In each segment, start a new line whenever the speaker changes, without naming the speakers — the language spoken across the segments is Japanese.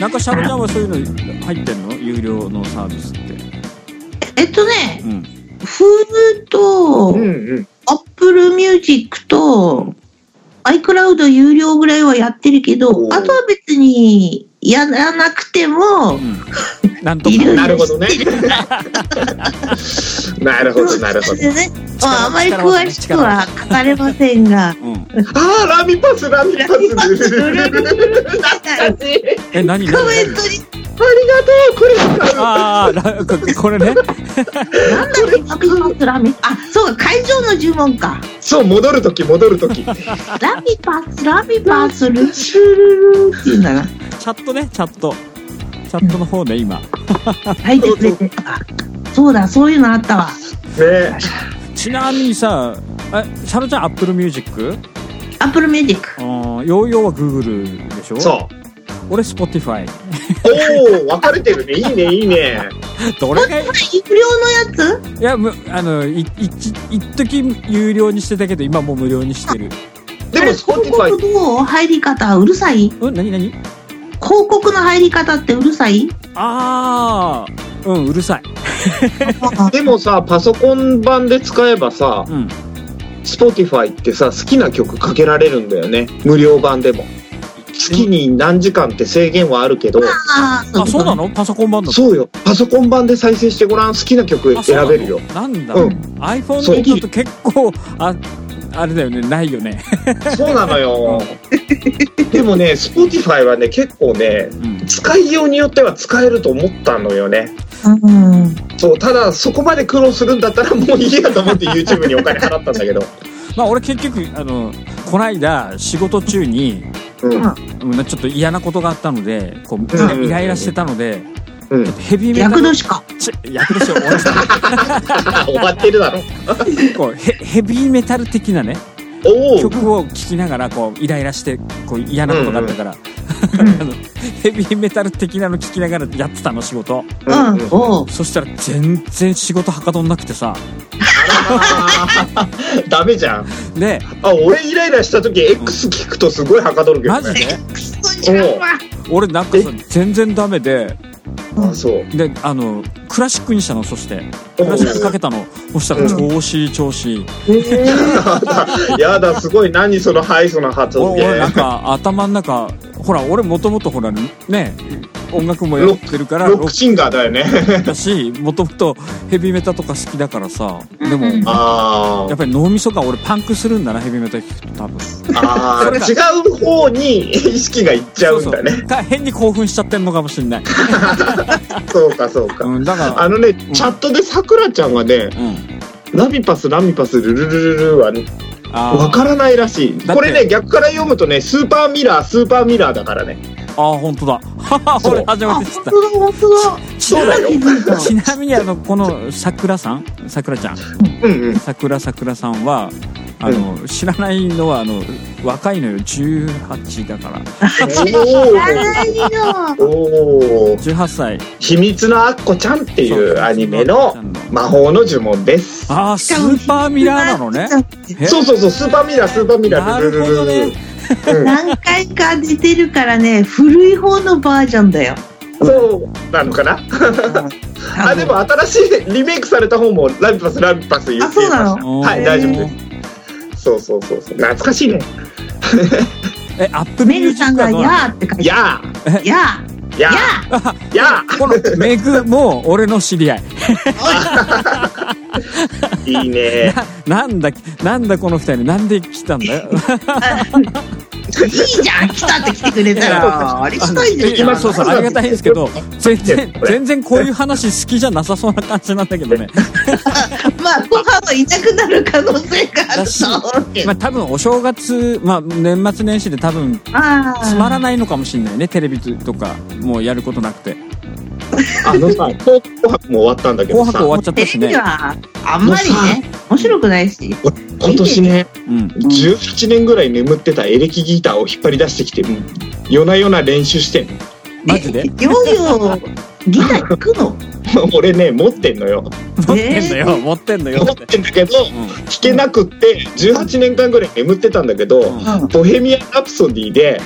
中しゃぶちゃんはそういうの入ってんの有料のサービスって。
えっとね、
うん。
フーと、
うんうん。
アップルミュージックと、iCloud 有料ぐらいはやってるけど
お、ー
あとは別にやらなくても、
うん。なんとか
い。る
なるほどね。 なるほど、なるほど。
でね、まあ、あまり詳しくは書かれません が、
うん。
ああ、ラミパス、ラミパス。
ラミパスルルル
懐かしい。ありがと
え、何何
コメン
何
トに
う、これ使う。
ああ、らここれね。
なんだっけ、ラミパスラミ、あ、そうか、会場の呪文か。
そう、戻るとき、戻るとき。
ラミパス、ラミパス、ルシュルルっていうんだな。
チャットね、チャット。チャットの方ね、今。
はい、ですね。あそうだ、そういうのあったわ。
ね。
ちなみにさ、え、シャロちゃん、アップルミュージック
アップルミュージック。
ヨーヨーは Google でしょ
そう。
俺 Spotify。
おお、分かれてるね。いいね、いいね。
どれがいい
有料のやつ
いや、むあの、い、いち、一時有料にしてたけど、今もう無料にしてる。
でも、
広告
Spotify。
の入り方うるさい
うん、なになに
広告の入り方ってうるさい
あー、うん、うるさい。
あ
でもさ、パソコン版で使えばさ、
うん。
Spotify ってさ、好きな曲かけられるんだよね。無料版でも。月に何時間って制限はあるけど、
あー
あ、そうな
の
のパソコン版だと
そうよ。パソコン版で再生してごらん。好きな曲
あそう
選
なの
べるよ。
なんだ、
うん
iPhone
そう
のだと結構、あ、あれだよね、ないよね。
そうなのよ。でもね、Spotify はね、結構ね、
うん。
使いようによっては使えると思ったのよね。
うん
そう、ただそこまで苦労するんだったらもういいやと思って YouTube にお金払ったんだけど。
まあ、俺結局、あの、こないだ仕事中に、
うん。
うんちょっと嫌なことがあったので、こう、
うん
イライラしてたので、
うん
ちょっとヘビーメタ
役
ル、
年か
ち役年を終わらせた
終わってるだろ。
こうヘヘビーメタル的なね、
おお。
曲を聴きながら、こう、イライラして、こう、嫌なことがあったから、 あのヘビーメタル的なの聴きながらやってたの、仕事。
うん、うん、おう
そしたら全然仕事はかどんなくてさ、
あらまあ ダメじゃん。
で、
あ、俺イライラした時 X 聞くとすごいはかどるけど
マジ
ね。
で
クソちゃんは
俺なんかさ全然ダメで
あ、そう。
であのクラシックにしたのそして
お
クラシックかけたのそしたら
う
調子いい調子いい
おやだ、すごい。何そのハイソの発
お
音
俺なん
源。
か頭の中ほら俺もともとほらね音楽もやってるから
ロ
ロ
ック
ッ
シンガーだよね。
クだしもともとヘビメタとか好きだからさでも
うんうん
あ
や
ー
っぱり脳みそが俺パンクするんだなヘビメタ聞くと多分
あー、違う方に意識がいっちゃうんだね。
そうそうか変に興奮しちゃってんのかもしんない、
そうか、そうか。
うん、だか
あのね、チャットでさくらちゃんがね、
らうん
ラミパス、ラミパス、ルルルルルはね
あ
わ
ー
からないらしい。
て
これね、逆から読むとね、スーパーミラー、スーパーミラーだからね。
あー本当だ
そう
俺初
あ
め
本
て知っ
当
た
だ本当だ
ち
そうだよ
気づいた
ちなみにあのこのさくらさんさくらちゃん
うん うん。
さくらさくらさんはあの、知らないのはあの若いのよ18だから
何
お
よ
おー。
18歳
秘密のアッコちゃんってい
そう
うアニメの魔法の呪文です。
ああスーパーミラーなのねえ
そうそうそう、スーパーミラー、スーパーミラ
な
ー、ル
る
ル
ほ
ル
ど
ル
ね
ル。うん
何回か出てるからね古い方のバージョンだよ
そうなのかなあ、でも新しいリメイクされた方もラミパス、ラミパス言っていま
あそ
し
うな
た。
の
はい、
へー
大丈夫です。そうそうそうそう。懐かしいね。
えアップ
メ
ミュー
グ
ジ
さ
ッ
ん
クは
が「
どう
や
な
ー」って書いて
や
「やー」
あ、や
「や
あ、
ー」
やあ。
のこのメグも俺の知り合い
いいね。
なんだなんだこの二人なんで来たんだよ
いいじゃん来たって来てくれたらあれしたいじゃん
今そうそうありがたいんですけど全然
これ
全然こういう話好きじゃなさそうな感じなんだけどね
まあ、ご飯はいなくなる可能性があ
だ
る
し
と思うけど
ま。あ多分お正月、まあ年末年始で多分
あ
つま
ん。
らないのかもしれないね、テレビとかもうやることなくて。
あのさ、紅白も終わったんだけど
紅
さ
白終、わっちゃっ
テ
たし
レビ
ね。
はあんまりね、面白くないし。
今年ね、
うん。
18年ぐらい眠ってたエレキギターを引っ張り出してきて、うん夜な夜な練習してんの
マジで
えヨーヨー、ギター弾くの
俺ね持ってんのよ
持ってんのよ、持ってんのよ
持
っ。
っててんだけど
うん
聞けなくって18年間ぐらい眠ってたんだけど、
うん
ボヘミアン・ラプソディで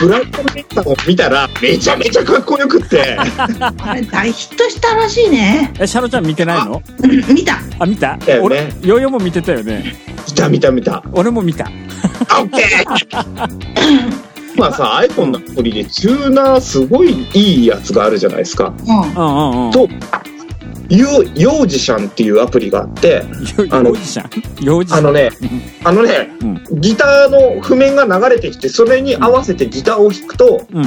ブラッド・メッタを見たらめちゃめちゃかっこよくて
あれ大ヒットしたらしいね。
え、シャロちゃん見てないの
うん見た。
あ、見た
だよね
俺、ヨーヨーも見てたよね。
見た見た見た
俺も見た。
オッケー まあさ iPhone のアプリでチューナーすごいいいやつがあるじゃないですか
うん。あ
うんうんうん。
とユ幼児シャンっていうアプリがあって
幼
あの
幼児じゃん幼児じゃ
あ
ん。
のねあのね、
う
ギターの譜面が流れてきてそれに合わせてギターを弾くと
うん。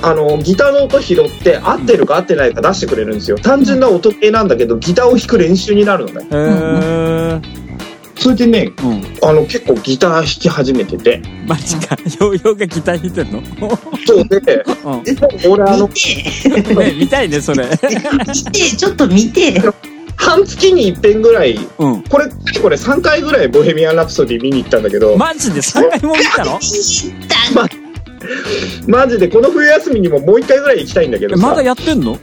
あのギターの音拾って合ってるか合ってないか出してくれるんですよ単純な音系なんだけどギターを弾く練習になるのね
へー
それでね
うん。
あの結構ギター弾き始めてて
マジか。ヨーヨーがギター弾いてんの
そう で
うん。
俺あ
見
の
て、
ね、見たいね、それ。
見て、ちょっと見て。
半月に一遍ぐらい
うん。
これこれ3回ぐらい「ボヘミアン・ラプソディ」見に行ったんだけど、
マジで3回も見たの
知った
マジでこの冬休みにももう1回ぐらい行きたいんだけど
え
さ、
まだやってんの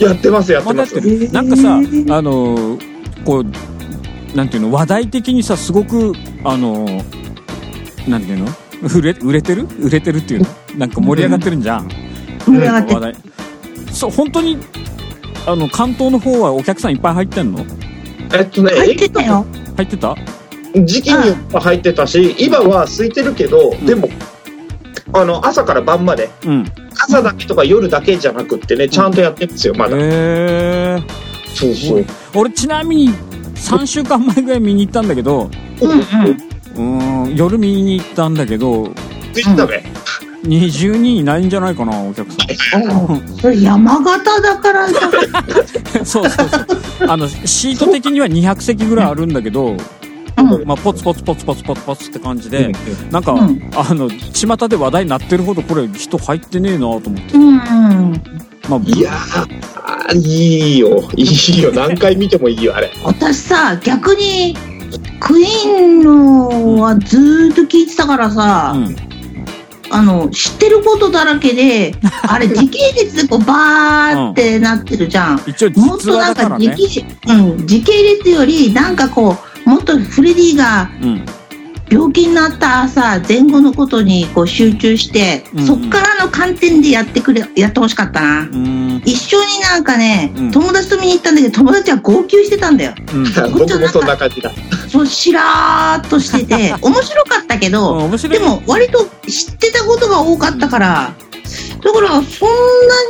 やってますやって
まだ
ま
やっ
す
てる。なんかさ、あのー、こう、なんていうの、話題的にさ、すごく、あのー、なんていうの売れ売れてる売れてるっていうのなんか盛り上がってるんじゃん。
盛り上がって
話題。そう、本当に、あの、関東の方はお客さんいっぱい入ってんの
えっとね
入ってたよ。
入ってた
時期によっては入ってたし今は空いてるけど、
ん
でもあの朝から晩まで
うん。
朝だけとか夜だけじゃなくってねちゃんとやってるんですよまだ、
へえ。
そうそう
俺ちなみに3週間前ぐらい見に行ったんだけど
うんうん。
うーん夜見に行ったんだけど
食い食べ、
20人いないんじゃないかなお客さ
それ山形だからだ。
んそうそうそうあのシート的には200席ぐらいあるんだけど、
うん
まあ、ポツポツポツポツポツポツって感じで、
う
なんか、
うん
あの巷で話題になってるほどこれ人入ってねえなと思って、
うん。
まあ、
んいやーいいよいいよ何回見てもいいよあれ
私さ、逆に、クイーンのはずーっと聞いてたからさ、
うん、
あの、知ってることだらけ で、あれ時系列でこうバーってなってるじゃん。
一応
もっ
実
とな
話だ
ん
か
から時
ね
系,、うん、時系列より、なんかこう、もっとフレディが
うん
病気になった朝、前後のことにこう集中して、
うん
そっからの観点でやってくれ、やってほしかったな。
うーんうん
一緒になんかね、
うん
友達と見に行ったんだけど、友達は号泣してたんだよ。
僕もそんな感じだ
そう、しらーっとして て、面白かったけど、
面白
で
い
も割と知ってたことが多かったから、だからそんな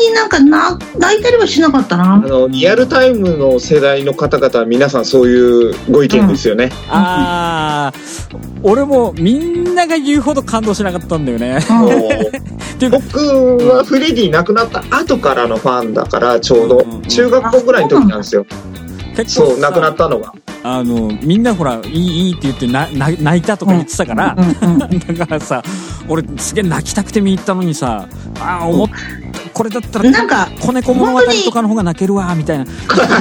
になんかな泣いたりはしなかった
あ
な。
のリアルタイムの世代の方々は皆さんそういうご意見ですよね、
ああ俺もみんなが言うほど感動しなかったんだよね
うん
もう僕はフレディ亡くなった後からのファンだからちょうど
うん
中学校ぐらいの時なんですよ
結構
そう
さ
亡くなったの が
あのみんなほら「いいいい」って言ってなな泣いたとか言ってたから、
うんうん
だからさ俺すげえ泣きたくて見に行ったのにさああ思っこれだった
うん
ら
なんか、
子猫物語とかの方が泣けるわみたいな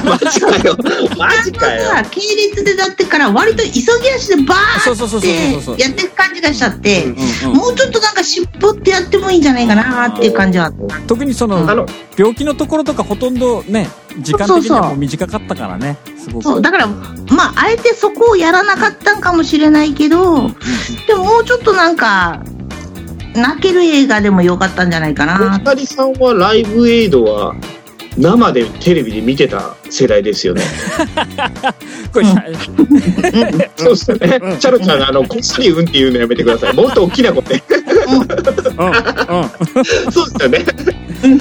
マジかよマジかよ
さ、系列でだってから割と急ぎ足でバ
そ
ー
うそうそう
っ
そうそうそう
てやっていく感じがしちゃっ
う
て、
ん
うんうん
もうちょっとなんか絞ってやってもいいんじゃないかなっていう感じはあった。
特にそ
あ
の
の
病気のところとかほとんどね時間的にはもう短かったからねすごく
そう、だから、まあ、あえてそこをやらなかったんかもしれないけど、でももうちょっとなんか、泣ける映画でもよかったんじゃないか
お
な。
二人さんはライブエイドは生でテレビで見てた世代ですよね。
これ、
うん
そうですよね。チャロちゃん、あの、こっそりうんって言うのやめてください。もっと大きな声で。
うんうん
そうですよね。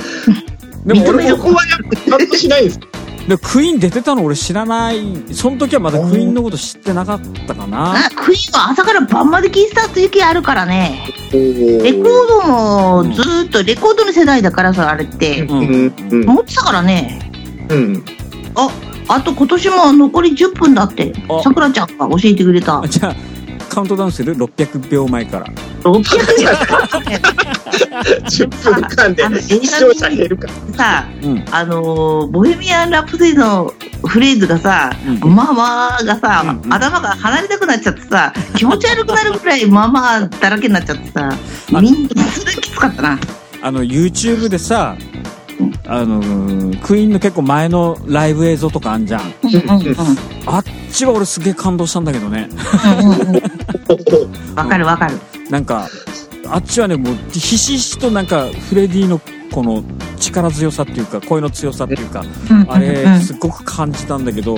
でも俺
そ
も
こはやっぱちゃんとしないです。
でクイーン出てたの俺知らないその時はまだクイーンのこと知ってなかったかな
あクイーンは朝から晩まで聴いてた時期あるからね。レコー
お
ドもずーっと、レコードの世代だからさ、あれって。
う
うんん、うん、
持ってたからね。
うん。
あ、あと今年も残り10分だって
あ、
さくらちゃんが教えてくれた。
じゃあカウントダウンする600秒前から
10分間で
あの
視聴者減るから。
さ、
うん
あのーボヘミアン・ラプソディのフレーズがさ、
うん
ママがさ、
うんうん
頭が離れたくなっちゃってさ、気持ち悪くなるくらいママだらけになっちゃってさ、みんな、それきつかったな。
あの YouTube でさあのクイーンの結構前のライブ映像とかあんじゃん
うんうんうん
あっちは俺すげえ感動したんだけどね
うんうんうんわかるわかる。
なんかあっちはねもうひしひしとなんかフレディのこの力強さっていうか声の強さっていうか
うんうんうん
あれすっごく感じたんだけど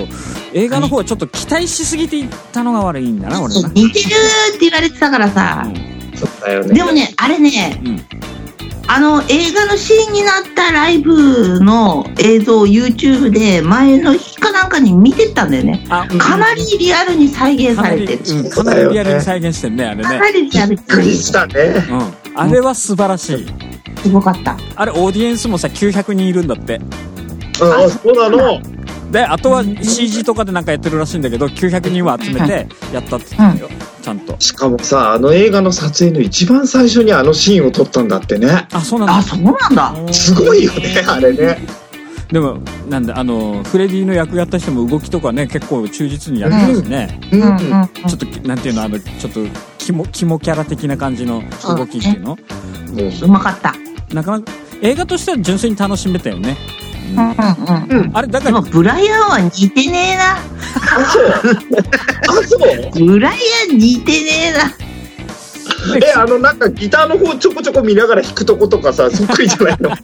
映画の方はちょっと期待しすぎていったのが悪いんだな俺な、
似てるって言われてたからさ。
そうだよね。
でもね、あれね、
うん
あの映画のシーンになったライブの映像を YouTube で前の日かなんかに見てったんだよね。
あ
かなりリアルに再現
か
さ
な
れ
り、
てる。
うん、かなりリアルに再現してんねあれ
か
ね、
なりリアル
びっくりしたね。
うん、あれは素晴らしい
すごかった。
あれオーディエンスもさ900人いるんだって
ああ、そうなの。
であとは CG とかでなんかやってるらしいんだけど900人は集めてやったって言ってたよちゃんと
しかもさ、あの映画の撮影の一番最初にあのシーンを撮ったんだってね。
あそうなんだ
あ、そうなんだ。
すごいよね、あれね。
でもなんだあのフレディの役やった人も動きとかね結構忠実にやってるしね、
う。
うんんうん
うん
ちょっときなんていうのあのちょっとキモキモキャラ的な感じの動きっていうの
うまかった。
なかなか映画としては純粋に楽しめたよね、うん
うんうん。
あれだか
でも
ら
ブライアンは似てねえな。
あ、そう。あ、そう。
ブライアン似てねえな。
え、あの、なんかギターの方ちょこちょこ見ながら弾くとことかさ、そっくりじゃない の。
ま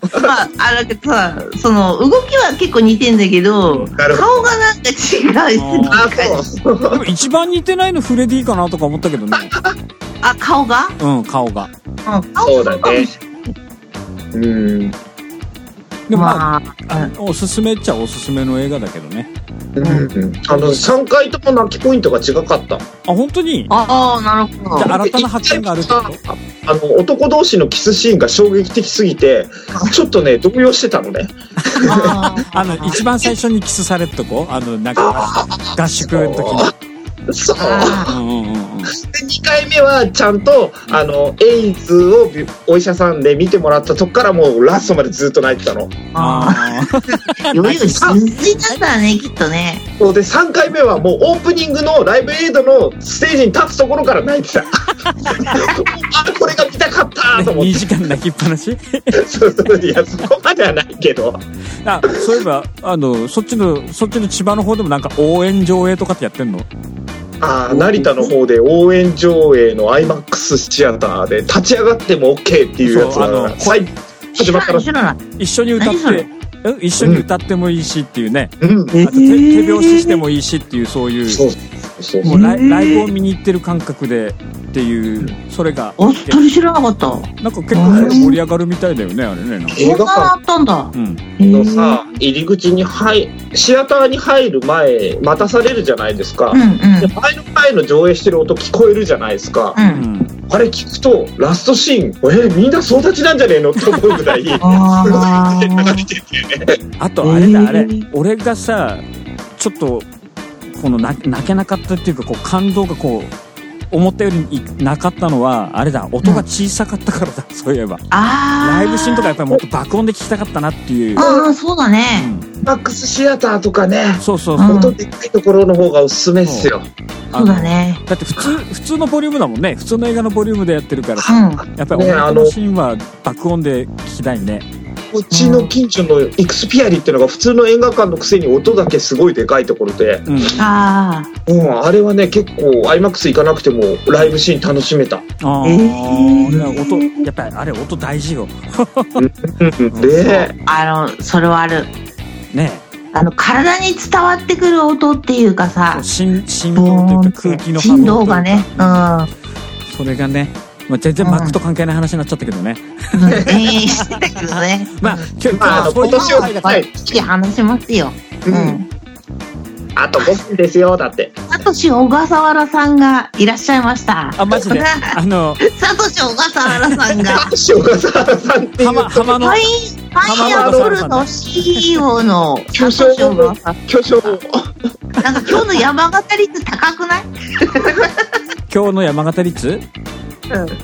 あ、あれさ、その動きは結構似てんだけど、
なるほど
顔がなんか違う
あー
なん
あ、
か
そう。
でも一番似てないのフレディかなとか思ったけどね
あ、顔が
うん顔が
うん、顔
そう
が
だね。うん。
でもまあ、
まあ、
あおすすめっちゃおすすめの映画だけどね
うんあの、3回とも泣きポイントが違かった。
あ本当に
ああ、なるほ
じ
ど
ゃ。あ新たな発見があるってこと
あの、男同士のキスシーンが衝撃的すぎ て、ちょっとね、動揺してたのね。
あー
あの一番最初にキスされるとこあのなんか合宿の時に
そう。
あ
うんうんうんうん
で2回目はちゃんとあのエイズをびお医者さんで見てもらったとこからもうラストまでずっと泣いてたの
あ
あ
ー、余裕しすぎだったね、きっとね。
そうで3回目はもうオープニングのライブエイドのステージに立つところから泣い てたあこれが見たかったと思っ
2
て
時間泣きっぱなし
そうそういやそこまではないけど
あそういえばあのそっちのそっちの千葉の方でもなんか応援上映とかってやってんの
あー成田の方で応援上映の IMAX シアターで立ち上がっても OK っていうやつ
そうあの
が最
知
始ま
ら
った
ない、
ら
知らない。
一緒に歌っ
何それ
てえ一緒に歌ってもいいしっていうね、
うん
え
あと手手拍子してもいいしっていうそういう
そうそう
も
そう
うラ
え
イ,、
ー
ライブを見に行ってる感覚でっていうそれが
おっとり知らなかった。こ
なんか結構盛り上がるみたいだよねあれねなんか
映画
んなのあ
館
ったんだ。
うん
のさ入り口に入シアターに入る前待たされるじゃないですか、
うんうん。
で前の前の上映してる音聞こえるじゃないですか
う、。
うんん
あれ聞くとラストシーンえーみんな総立ちなんじゃねえのって思うぐらい
あ
あとあれだあれ、
えー
俺がさちょっとこのな泣けなかったっていうかこう感動がこう思ったよりいなかったのはあれだ音が小さかったからだ、そういえば
あ。ああ。
ライブシーンとかやっぱりもっと爆音で聞きたかったなっていう、
ああ、そうだね。
う
マックスシアターとかね
ん、そうそう
う
そう、
ん
音でっかいところの方がおすすめっすよ、
あ
そ
の
うだね。
だって普通普通のボリュームだもんね普通の映画のボリュームでやってるから
う
さ
ん。
やっぱり音
ねあの
楽のシーンは爆音で聞きたいね
うちの近所のイクスピアリっていうのが普通の映画館のくせに音だけすごいでかいところで、
うん
あ
うん、あれはね結構 IMAX 行かなくてもライブシーン楽しめた
ああ、
え
い
ー
や音やっぱりあれ音大事よ
で
あ。あの、それはある。
ね
あの、体に伝わってくる音っていうかさ
え、振振
ボ
動
ーン
という
っ
か空気の
て。
波動とい
振動
うか
がね。うん。
それがね、まあ、全然マックと関係ない話になっちゃったけどね、
うん延々してたけどね。
まあ今日今日
まあ
は
あの
そうい
今
う
年
話
は
題だか
は
ら
い、
き話しますよ。う
うん
ん。
あと5分ですよだって
サトシ小笠原さんがいらっしゃいました。
あマジ であの
サトシ小笠原さんが。
小笠原さんっていう
浜浜の
パイン、パイナップルの CEO の
巨
巨
匠
匠の、
巨匠
なんか今日の山形率高くない
今日の山形率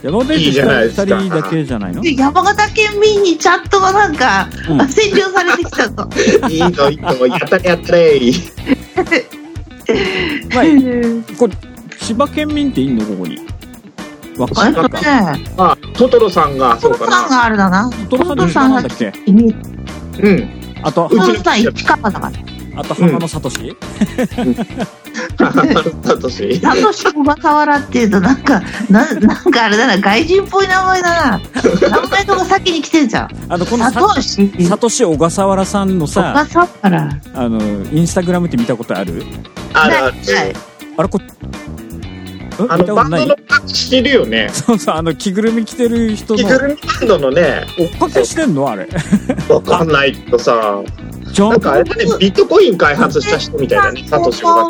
山形
いい
率
じゃない
2
ですか
人だけじゃないの
で山形県民にチャットがなんか、
うん
占領されてき たと。
いいのいいのやったれやったれ
まあこれ千葉県民っていいのここにわ
あ
か
れ
んな
それ
い
ね、
あトトロさんが
ト
そう
ロ
か
さん
な
があれだな。
トロさんってなんだっけ
え
うん。
あと
うち
ハ
の
ムスター市川だから。
あと花のさとし
サトシ。
サトシ小笠原っていうと、なんか、ななんかあれだな、外人っぽい名前だな。名前とか先に来てんじゃん。
あのこの
サ
さ
トシ、
さとし小笠原さんの
小
さ
笠原。
あのインスタグラムって見たことある
あるある。
はい
あれこん
あ
見
の、
たこ
バ
と
ン
な
ド
い
の格好してるよね。
そうそうあの着ぐるみ着てる人
着
の
ぐるみバンドのね、
追っかけしてんのあれ
わかんないけどさ、
ジョ
なん
ン
かあれだね、ビットコイン開発した人みたいだね、サトシが。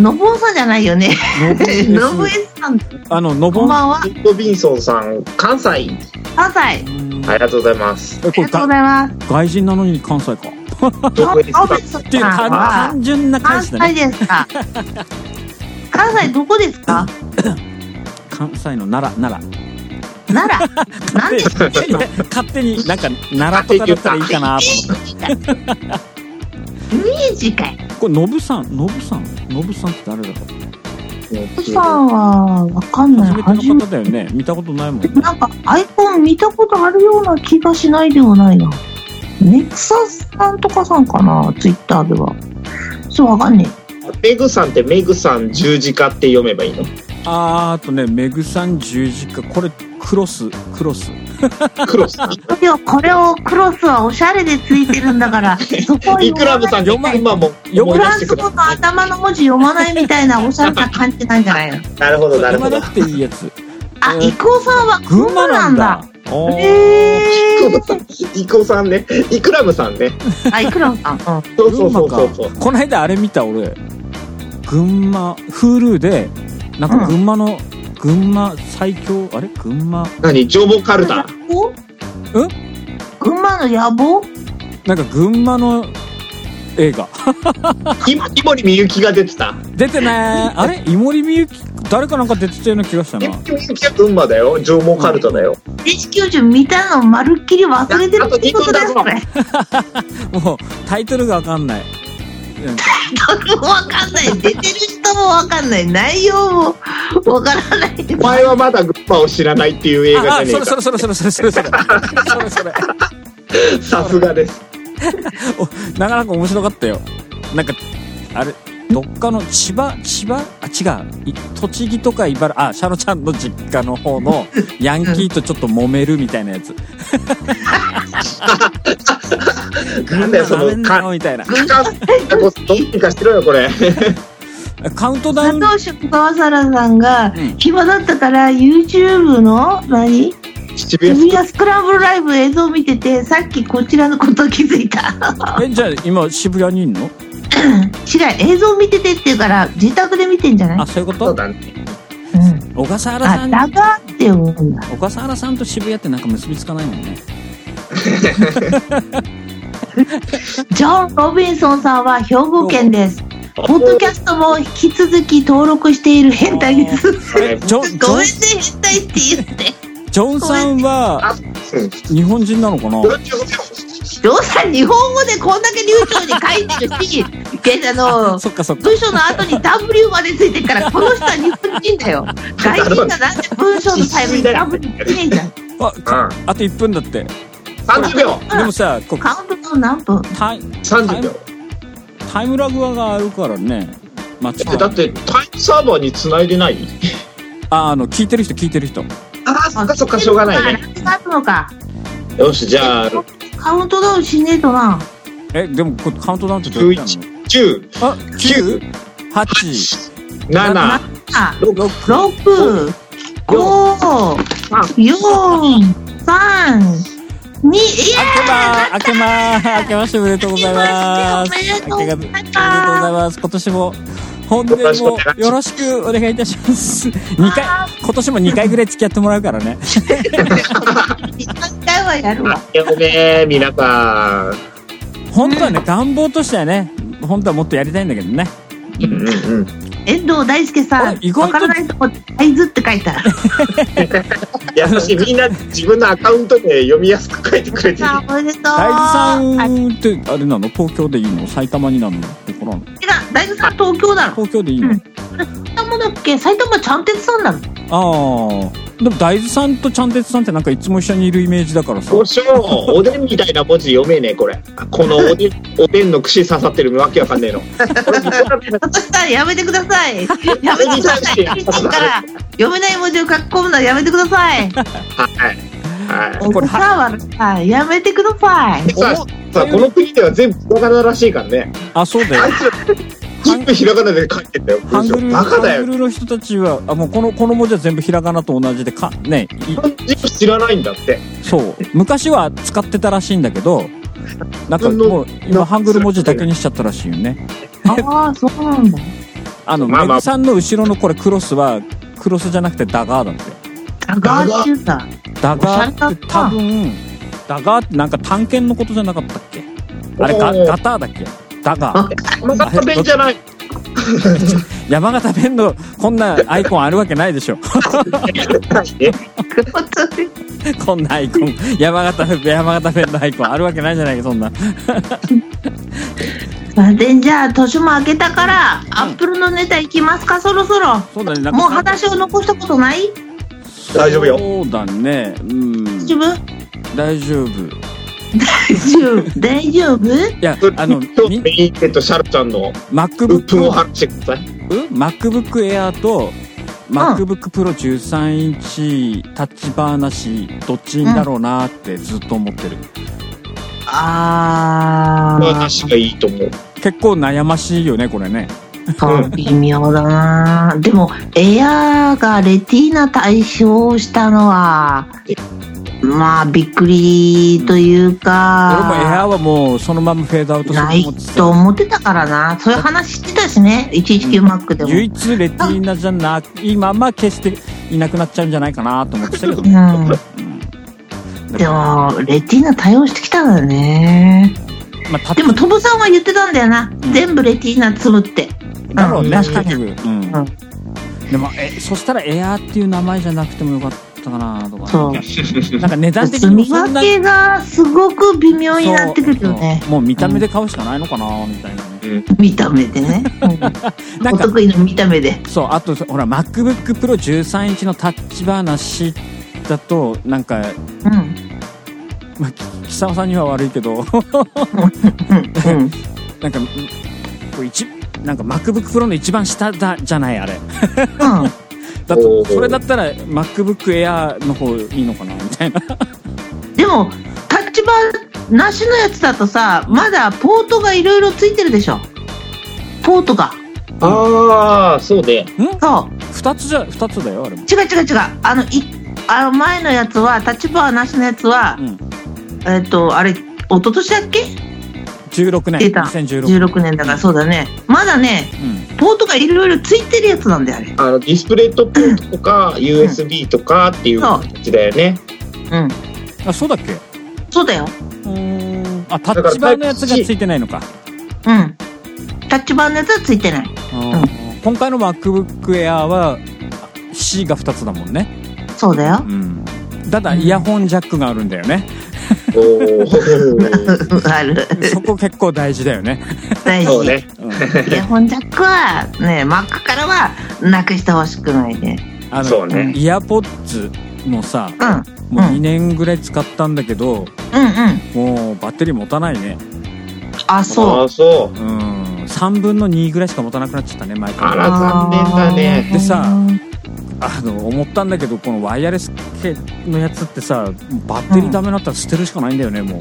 のぼうさんじゃないよね。
ノボエス
のぶえさん、
あのノ
こ
ボ
ん
ン
ばんは。
ビットビンソンさん、関西。あ
関西。あ
りがとうございます。
えこ
り
れ
がとうご
が
ざいます。
外人なのに関西か
どこへ行
あ
った
そうですか
っていう単
あ
単純な
関
返しだね
西ですか。関西どこですか。
関西の奈良奈良
奈良。なんで知ってんの。
勝手になんか奈良とかだったらいいかなと思っ
イメージかい。
たこれノブさんノブさんノブさんって誰だか
お父さんはわかんない。
初
初め
めての方だよね見たことないもんね
てなんかアイコン見たことあるような気がしないではないな。ネクサスさんとかさんかな、ツイッターでは。そう、わかんねえ。
メグさんってメグさん十字架って読めばいいの
あーあとねメグさん十字架これクロスクロス
クロス。
いや、これをクロスはおしゃれでついてるんだから、そこは
イ
読
ク
ま
ラ
な
ブ
い
さん、今も思
フ
い出
ラン
して
ス
く
語
だ
の
さい。
頭の文字読まないみたいなおしゃれな感じなんじゃないの
なるほど、なる
読ま
ほど
な。くていいやつ
あ、
えー
伊藤さんは群
群
馬
馬
な
なんん
だ
だ。おー
へー。
イクオさんね。イクラブさんね。
あ、いくらさん。うん。
そうそ
群
うそ
馬
う
か
そうそう。
この間あれ見た俺群馬 Hulu でなんか群馬の、群馬最強あれ群馬
何情報カルタ
お
うん
群馬の野望
なんか群馬の映画
い井森美幸が出てた。
出てな いあれ井森美幸誰かなんか出てたような気がした
井
な
森美幸は群馬だよ。情報カルタだよ。
H90 見たのまるっきり忘れてる
あと
って
二
こ
分
とだ
だ
よ、
ぞ
これ。わ
もうタイトルがわかんないなんか
かんない。出てる人もわかんない。内容もわからない。
お前はまだ群馬を知らないっていう映
あ
画
あ
じゃねえ
それそ
か
れそれそれそれそれそれそれそれ。
さすがです。
なかなか面白かったよなんかあれどっかの千葉千葉あ違うい栃木とか茨城あシャロちゃんの実家の方のヤンキーとちょっと揉めるみたいなやつ
なんだよ、そ
ダメ
の、
んだ
か、
よみたいな
か、どうにかしろよ、これ。
カウントダ
佐
ウン
藤小笠原さんが
うん
暇だったから YouTube の何
渋谷
渋谷スクランブルライブ映像見ててさっきこちらのこと気づいた
えじゃあ今渋谷にいんの
違う映像見ててって言うから自宅で見てんじゃない
あそういうこ
そう
と
だね。
うん、
小笠原さ
あ
ん
ラガーって思うんだ
小笠原さんと渋谷ってなんか結びつかないもんね
ジョン・ロビンソンさんは兵庫県ですポッドキャストも引き続き登録している変態です
え ジョンジ
ごめんね
ョ
変態って言って
ンジョンさんは
うん。
日本人なのかな
ジョンさん日本語でこんだけ流暢に書いてる しであの
そっかそっか
文章の後に W までついてるから、この人は日本 人だよ。外人がなんで文章の最後に W つけねえんだよ。
あ
うん。
あと1分だってで
30秒
もさこう
カウントダウン何分
タイ
!30 秒。
タイムラグがあるからね間違いな
え
い
だって、タイムサーバーに繋いでない
ああの聞いてる人聞いてる人
ああ、そっかそっか、しょうがないね。
あラグあるのか。
よし、じゃあ、
カウントダウンしねえとな。
えでもこれカウントダウンってどうやってやるの
10、
あ九
9、
八
7、
あ、
六
6、5、4、3、2、いや
あけまー明けまー明けましておめでとうございます
おめでとうございます
明けがおめでとうございます今年も本年もよろしくお願いいたします二回今年も2回ぐらい付き合ってもらうからね
ー、一回はやるわ。
やめねー、皆さ
本当はね願望としてはね本当はもっとやりたいんだけどね
ん。うんうんうん。
遠藤大輔さん
あ、意
わ
外と
からないとこで合図って書いてある。
優しい、みんな自分のアカウントで読みやすく書いてくれてる。
おめでとう。
大豆さんってあれなの東京でいいの埼玉になるのどこなの
違う、大豆さん東京だろ。
東京でいいの、
うん埼玉だっけ埼玉ちゃんてつさんなの
ああでも大豆さんとちゃんてつさんってなんかいつも一緒にいるイメージだからさ
胡椒おでんみたいな文字読めねえこれこのおでんおでんの串刺さってるわけわかんねえのこれ見たら
佐々木さん、 やめてください。やめてください。キッチンから読めない文字を書き込むのはやめてくださ
は
い。
いはい
これ
さあ、悪いはいやめてくだ さい。
でささこの国では全部ひらがならしいからね
あそうだよ
あいつら全部ひらがなで書いてんだよ
ハングル
バカだ
ハン
よ
グルの人たちはあもうこのこの文字は全部ひらがなと同じでかねい
漢字知らないんだって
そう昔は使ってたらしいんだけどなんかもう今ハングル文字だけにしちゃったらしいよね
ああ、そうなんだ。
あの
まあ
メ
まあ
グさんの後ろのこれクロスはクロスじゃなくてダガーだって
ダガーシューター。
ダガ
おしゃ
ー
れ
って
だな
多分ダガーってなんか探検のことじゃなかったっけあれガ
おー
ガターだっけダガー
山形弁じゃない
山形弁のこんなアイコンあるわけないでしょ
本当に
こんなアイコン山形山形弁のアイコンあるわけないじゃないかそんな
まあでじゃあ、年も明けたから、アップルのネタいきますか、そろそろ。
そうだねなんか
もう話を残したことない
大丈夫よ
そうだねうん
自分
大丈夫い
大丈夫大丈夫
やあのみ
今日メインテッドシャルちゃんのうっぷ
MacBook
んを話してください
MacBook Air と MacBook Pro 13インチタッチバーなしどっちだろうなってずっと思ってる、
ああ、
話がいいと思う
結構悩ましいよねこれね
そう微妙だなでも、エアーがレティーナ対象したのは、まあ、びっくりという
俺もエ
か、
アはもうそのままフェードアウトする
ない
と思って
と
た
思ってたからな。そういう話してたしね、119マックでも。
唯一レティーナじゃないまま消していなくなっちゃうんじゃないかなと思ってたけど
う
ね、
ん、
うん
でも、レティーナ対応してきたんだよね。
まあ、タッチ
でも、トムさんは言ってたんだよな。
ん
全部レティーナ積むって。
だろうね、
うん
結局うん
うん
でもえそしたらエアーっていう名前じゃなくてもよかったかなとか
そう。
なんか値段的
積
にも
み
そん
分
な
けがすごく微妙になってくるよね
そう。もう見た目で買うしかないのかなみたいなね、
見た目でね。
な
お
んか
得意の見た目で。
そうあとほら MacBookPro13 インチのタッチ話だとなんか、
うん。うん
まあ、き貴様さんには悪いけど
う ん。
なんかんこう一なんか MacBookPro の一番下だじゃないあれ
うん。
だ
お
と
ー
それだったら MacBookAir の方いいのかなみたいな
でも、タッチバーなしのやつだとさ、まだポートがいろいろついてるでしょ。ポートが。
ああそうね
そう。
2つじゃ2つだよあれも、
違う違う違う。あの、い、あの前のやつは、タッチバーなしのやつは
う、ん、
えっ、と、あれ、一昨年だっけ
16年
出た
2016
?16 年だから、そうだね。まだね、
うん
ポートがいろいろついてるやつなんだよ、あれ。
あのディスプレイとポートとか USB とかっていう形だよね
うん。
あそうだっけう
そうだよ。
ーんあタッチバーのやつがついてないのか
うん。タッチバーのやつはついてない。
あー今回の MacBookAir は C が2つだもんね、
そうだよ。
ただ
うん
イヤホンジャックがあるんだよね、
お ー
ある。
そこ結構大事だよね、
大
そう
事。
ね
うん
イヤホンジャックは、ね、Mac からはなくしてほしくないね。
あの
そうね
イヤポッツもさ
うん。うん
もう
うん
2年ぐらい使ったんだけ
うん。
ど、もうバッテリー持たないね
あ、
あ
そ
あそう
うん3分の2ぐらいしか持たなくなっちゃったね毎
あ
回
う。
ら残念だね
でさ
うん
あの思ったんだけどこのワイヤレス系のやつってさバッテリーダメだったら捨てるしかないんだよねもう、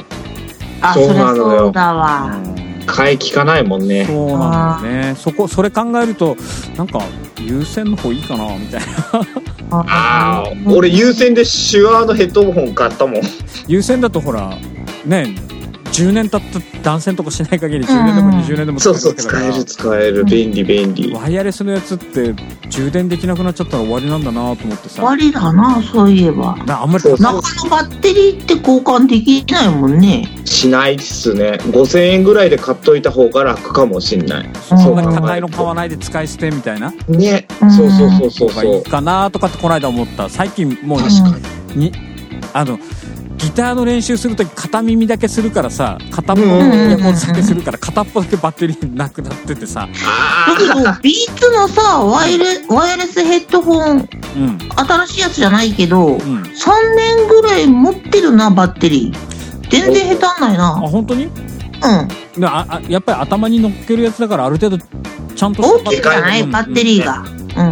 あ、
そ
そうり
な
ゃ
のよ
そうだわ。
うん
替え効かないもんね
そうなんだよねそこそれ考えるとなんか優先の方いいかなみたいな
ああ俺優先で手話のヘッドホン買ったもん
優先だとほらね10年経った断線とかしない限り10年でも
うん
20年でも
そうそう 使える使える便利便利
ワイヤレスのやつって充電できなくなっちゃったら終わりなんだなと思っ
終
てさ
わりだな、そういえば。
なあんまり
そう
中のバッテリーって交換できないもんね。
しないっすね5000円ぐらいで買っといた方が楽かもしんない
そんなに
そう
高いの買わないで使い捨てみたいな
ね
うん
そうそうそうそう
方が
そ
いいうかなとかってこの間思った最近もう
確かに
にあのギターの練習するとき片耳だけするからさ片っぽのイヤホンだけするから片っぽだけバッテリーなくなっててさ、
あ
だけど、ビーツのさ、ワイレワイヤレスヘッドホン、
うん
新しいやつじゃないけど、
うん、
3年ぐらい持ってるな、バッテリー。全然下手んない
あ
な。
本当に
うん。
なああやっぱり頭に乗っけるやつだからある程度ちゃんと
大きくじゃな
う
い、
ん
バッテリーが。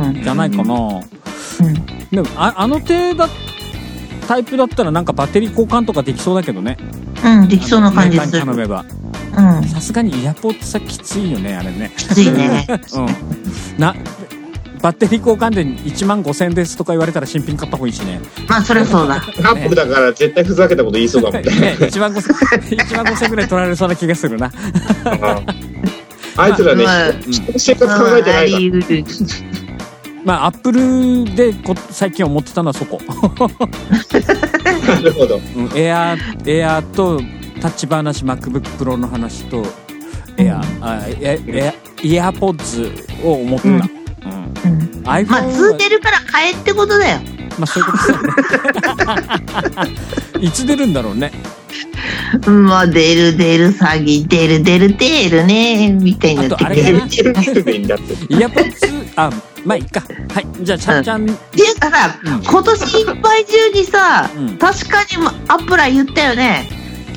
うん。
じゃないか
う
な、
ん
でもああの手だタイプだったらなんかバッテリー交換とかできそうだけどね
うん、できそうな感じ
あの
す
メー
る。
カーに頼め
う
ば
ん、
さすがにイヤポッツさきついよねあれね
きついね。
うんなバッテリー交換で1万5000円ですとか言われたら新品買った方がいいしね
まあ、そりゃそうだ。
カップだから絶対ふざけたこと言いそうだもん ね。
ね1万5000 1万5000円ぐらい取られそうな気がするな
あいつらね、
まあ
人の生活考えてないから。
うんあり
まあアップルでこ最近思ってたのはそこ、
なるほど。
うん、エアーエアーとタッチ話 MacBookPro の話とエアーあエエアイヤーポッズを思ってた、う
うんん
得るうん
アイ iPhone
まあ、
は
通ってるから買えってことだよ。
まあそういうことだ ねいつ出るんだろうね
まあ、出る出る詐欺、出る出る出るね、みたいになって
あとあ
く
れ
る。
寝る気るでいいんだって。
イヤポッズあまあいいかはいじゃあちゃんちゃん、うん
っていうかさ、今年いっぱい中にさ、
うん
確かにアップラ言ったよね。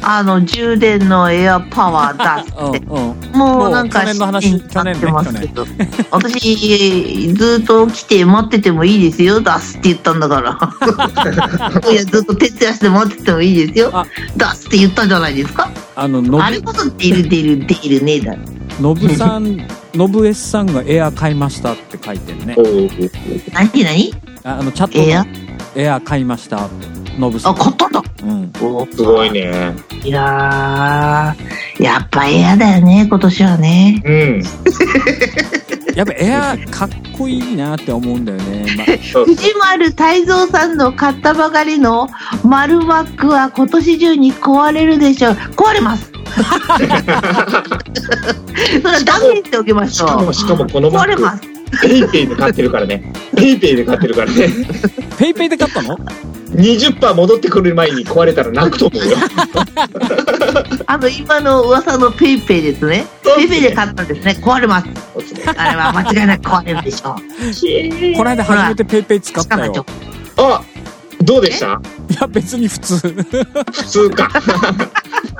あの、充電のエアパワ ー出すって。
うんうん
もうなんか
もう去年の話
新品になってますけど 私、ずっと来て待っててもいいですよ、出すって言ったんだ から。いや、ずっと徹夜して待っててもいいですよ
あ、
出すって言ったんじゃないですか。
あのの
あれこそ出る出る出るねだ。
のぶさんのぶえすさんがエア買いましたって書いてるね
おう
何何
ああのチャット
エア
のエア買いましたってのぶさ
あ、
ん
買ったんだ。
うん
すごいね。
いやー、やっぱエアだよね、今年はね。
うん。
やっぱエアかっこいいなって思うんだよね、まあ
そう
藤丸泰造さんの買ったばかりの丸マックは今年中に壊れるでしょう。壊 れます。それは断言しておきまし
しか
ょう
も、。しかもこのマ
壊
ッ
れ
ク、
ます。
ペイペイで買ってるからね。ペイペイで買ってるからね。
ペイペイで買ったの
20%戻ってくる前に壊れたら泣くと思うよ。
あの、今の噂のペイペイですね。
そう
ペ
です
イペ
ね
イで買ったんですね。壊れます。あれは間違いなく壊れるでしょ う。
この間初めてペイペイ使った
し
よ
かも
あどうでした
いや別に普通
普通か。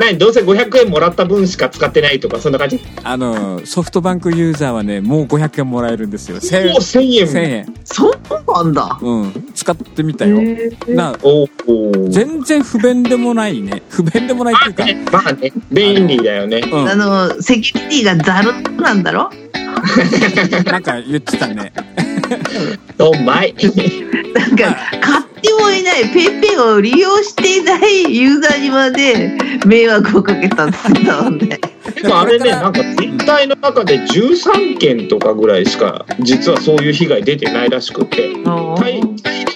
何どうせ500円もらった分しか使ってないとか、そんな感じ。
あのソフトバンクユーザーはねもう500円もらえるんですよ
もう
1000
1000円。
円
そうなんだ。
うん使ってみたよな
おお。
全然不便でもないね不便でもないっていうか
まあね、便利だよね。
うん
あの、セキュリティがザルなんだろ
なんか言ってたね
ドンマイ。
なんか、買ってもいない、ペイペイを利用していないユーザーにまで迷惑をかけたんですよね。
でもあれ ね、なんか全体の中で13件とかぐらいしか、実はそういう被害出てないらしくて、
あ
大
ー
大量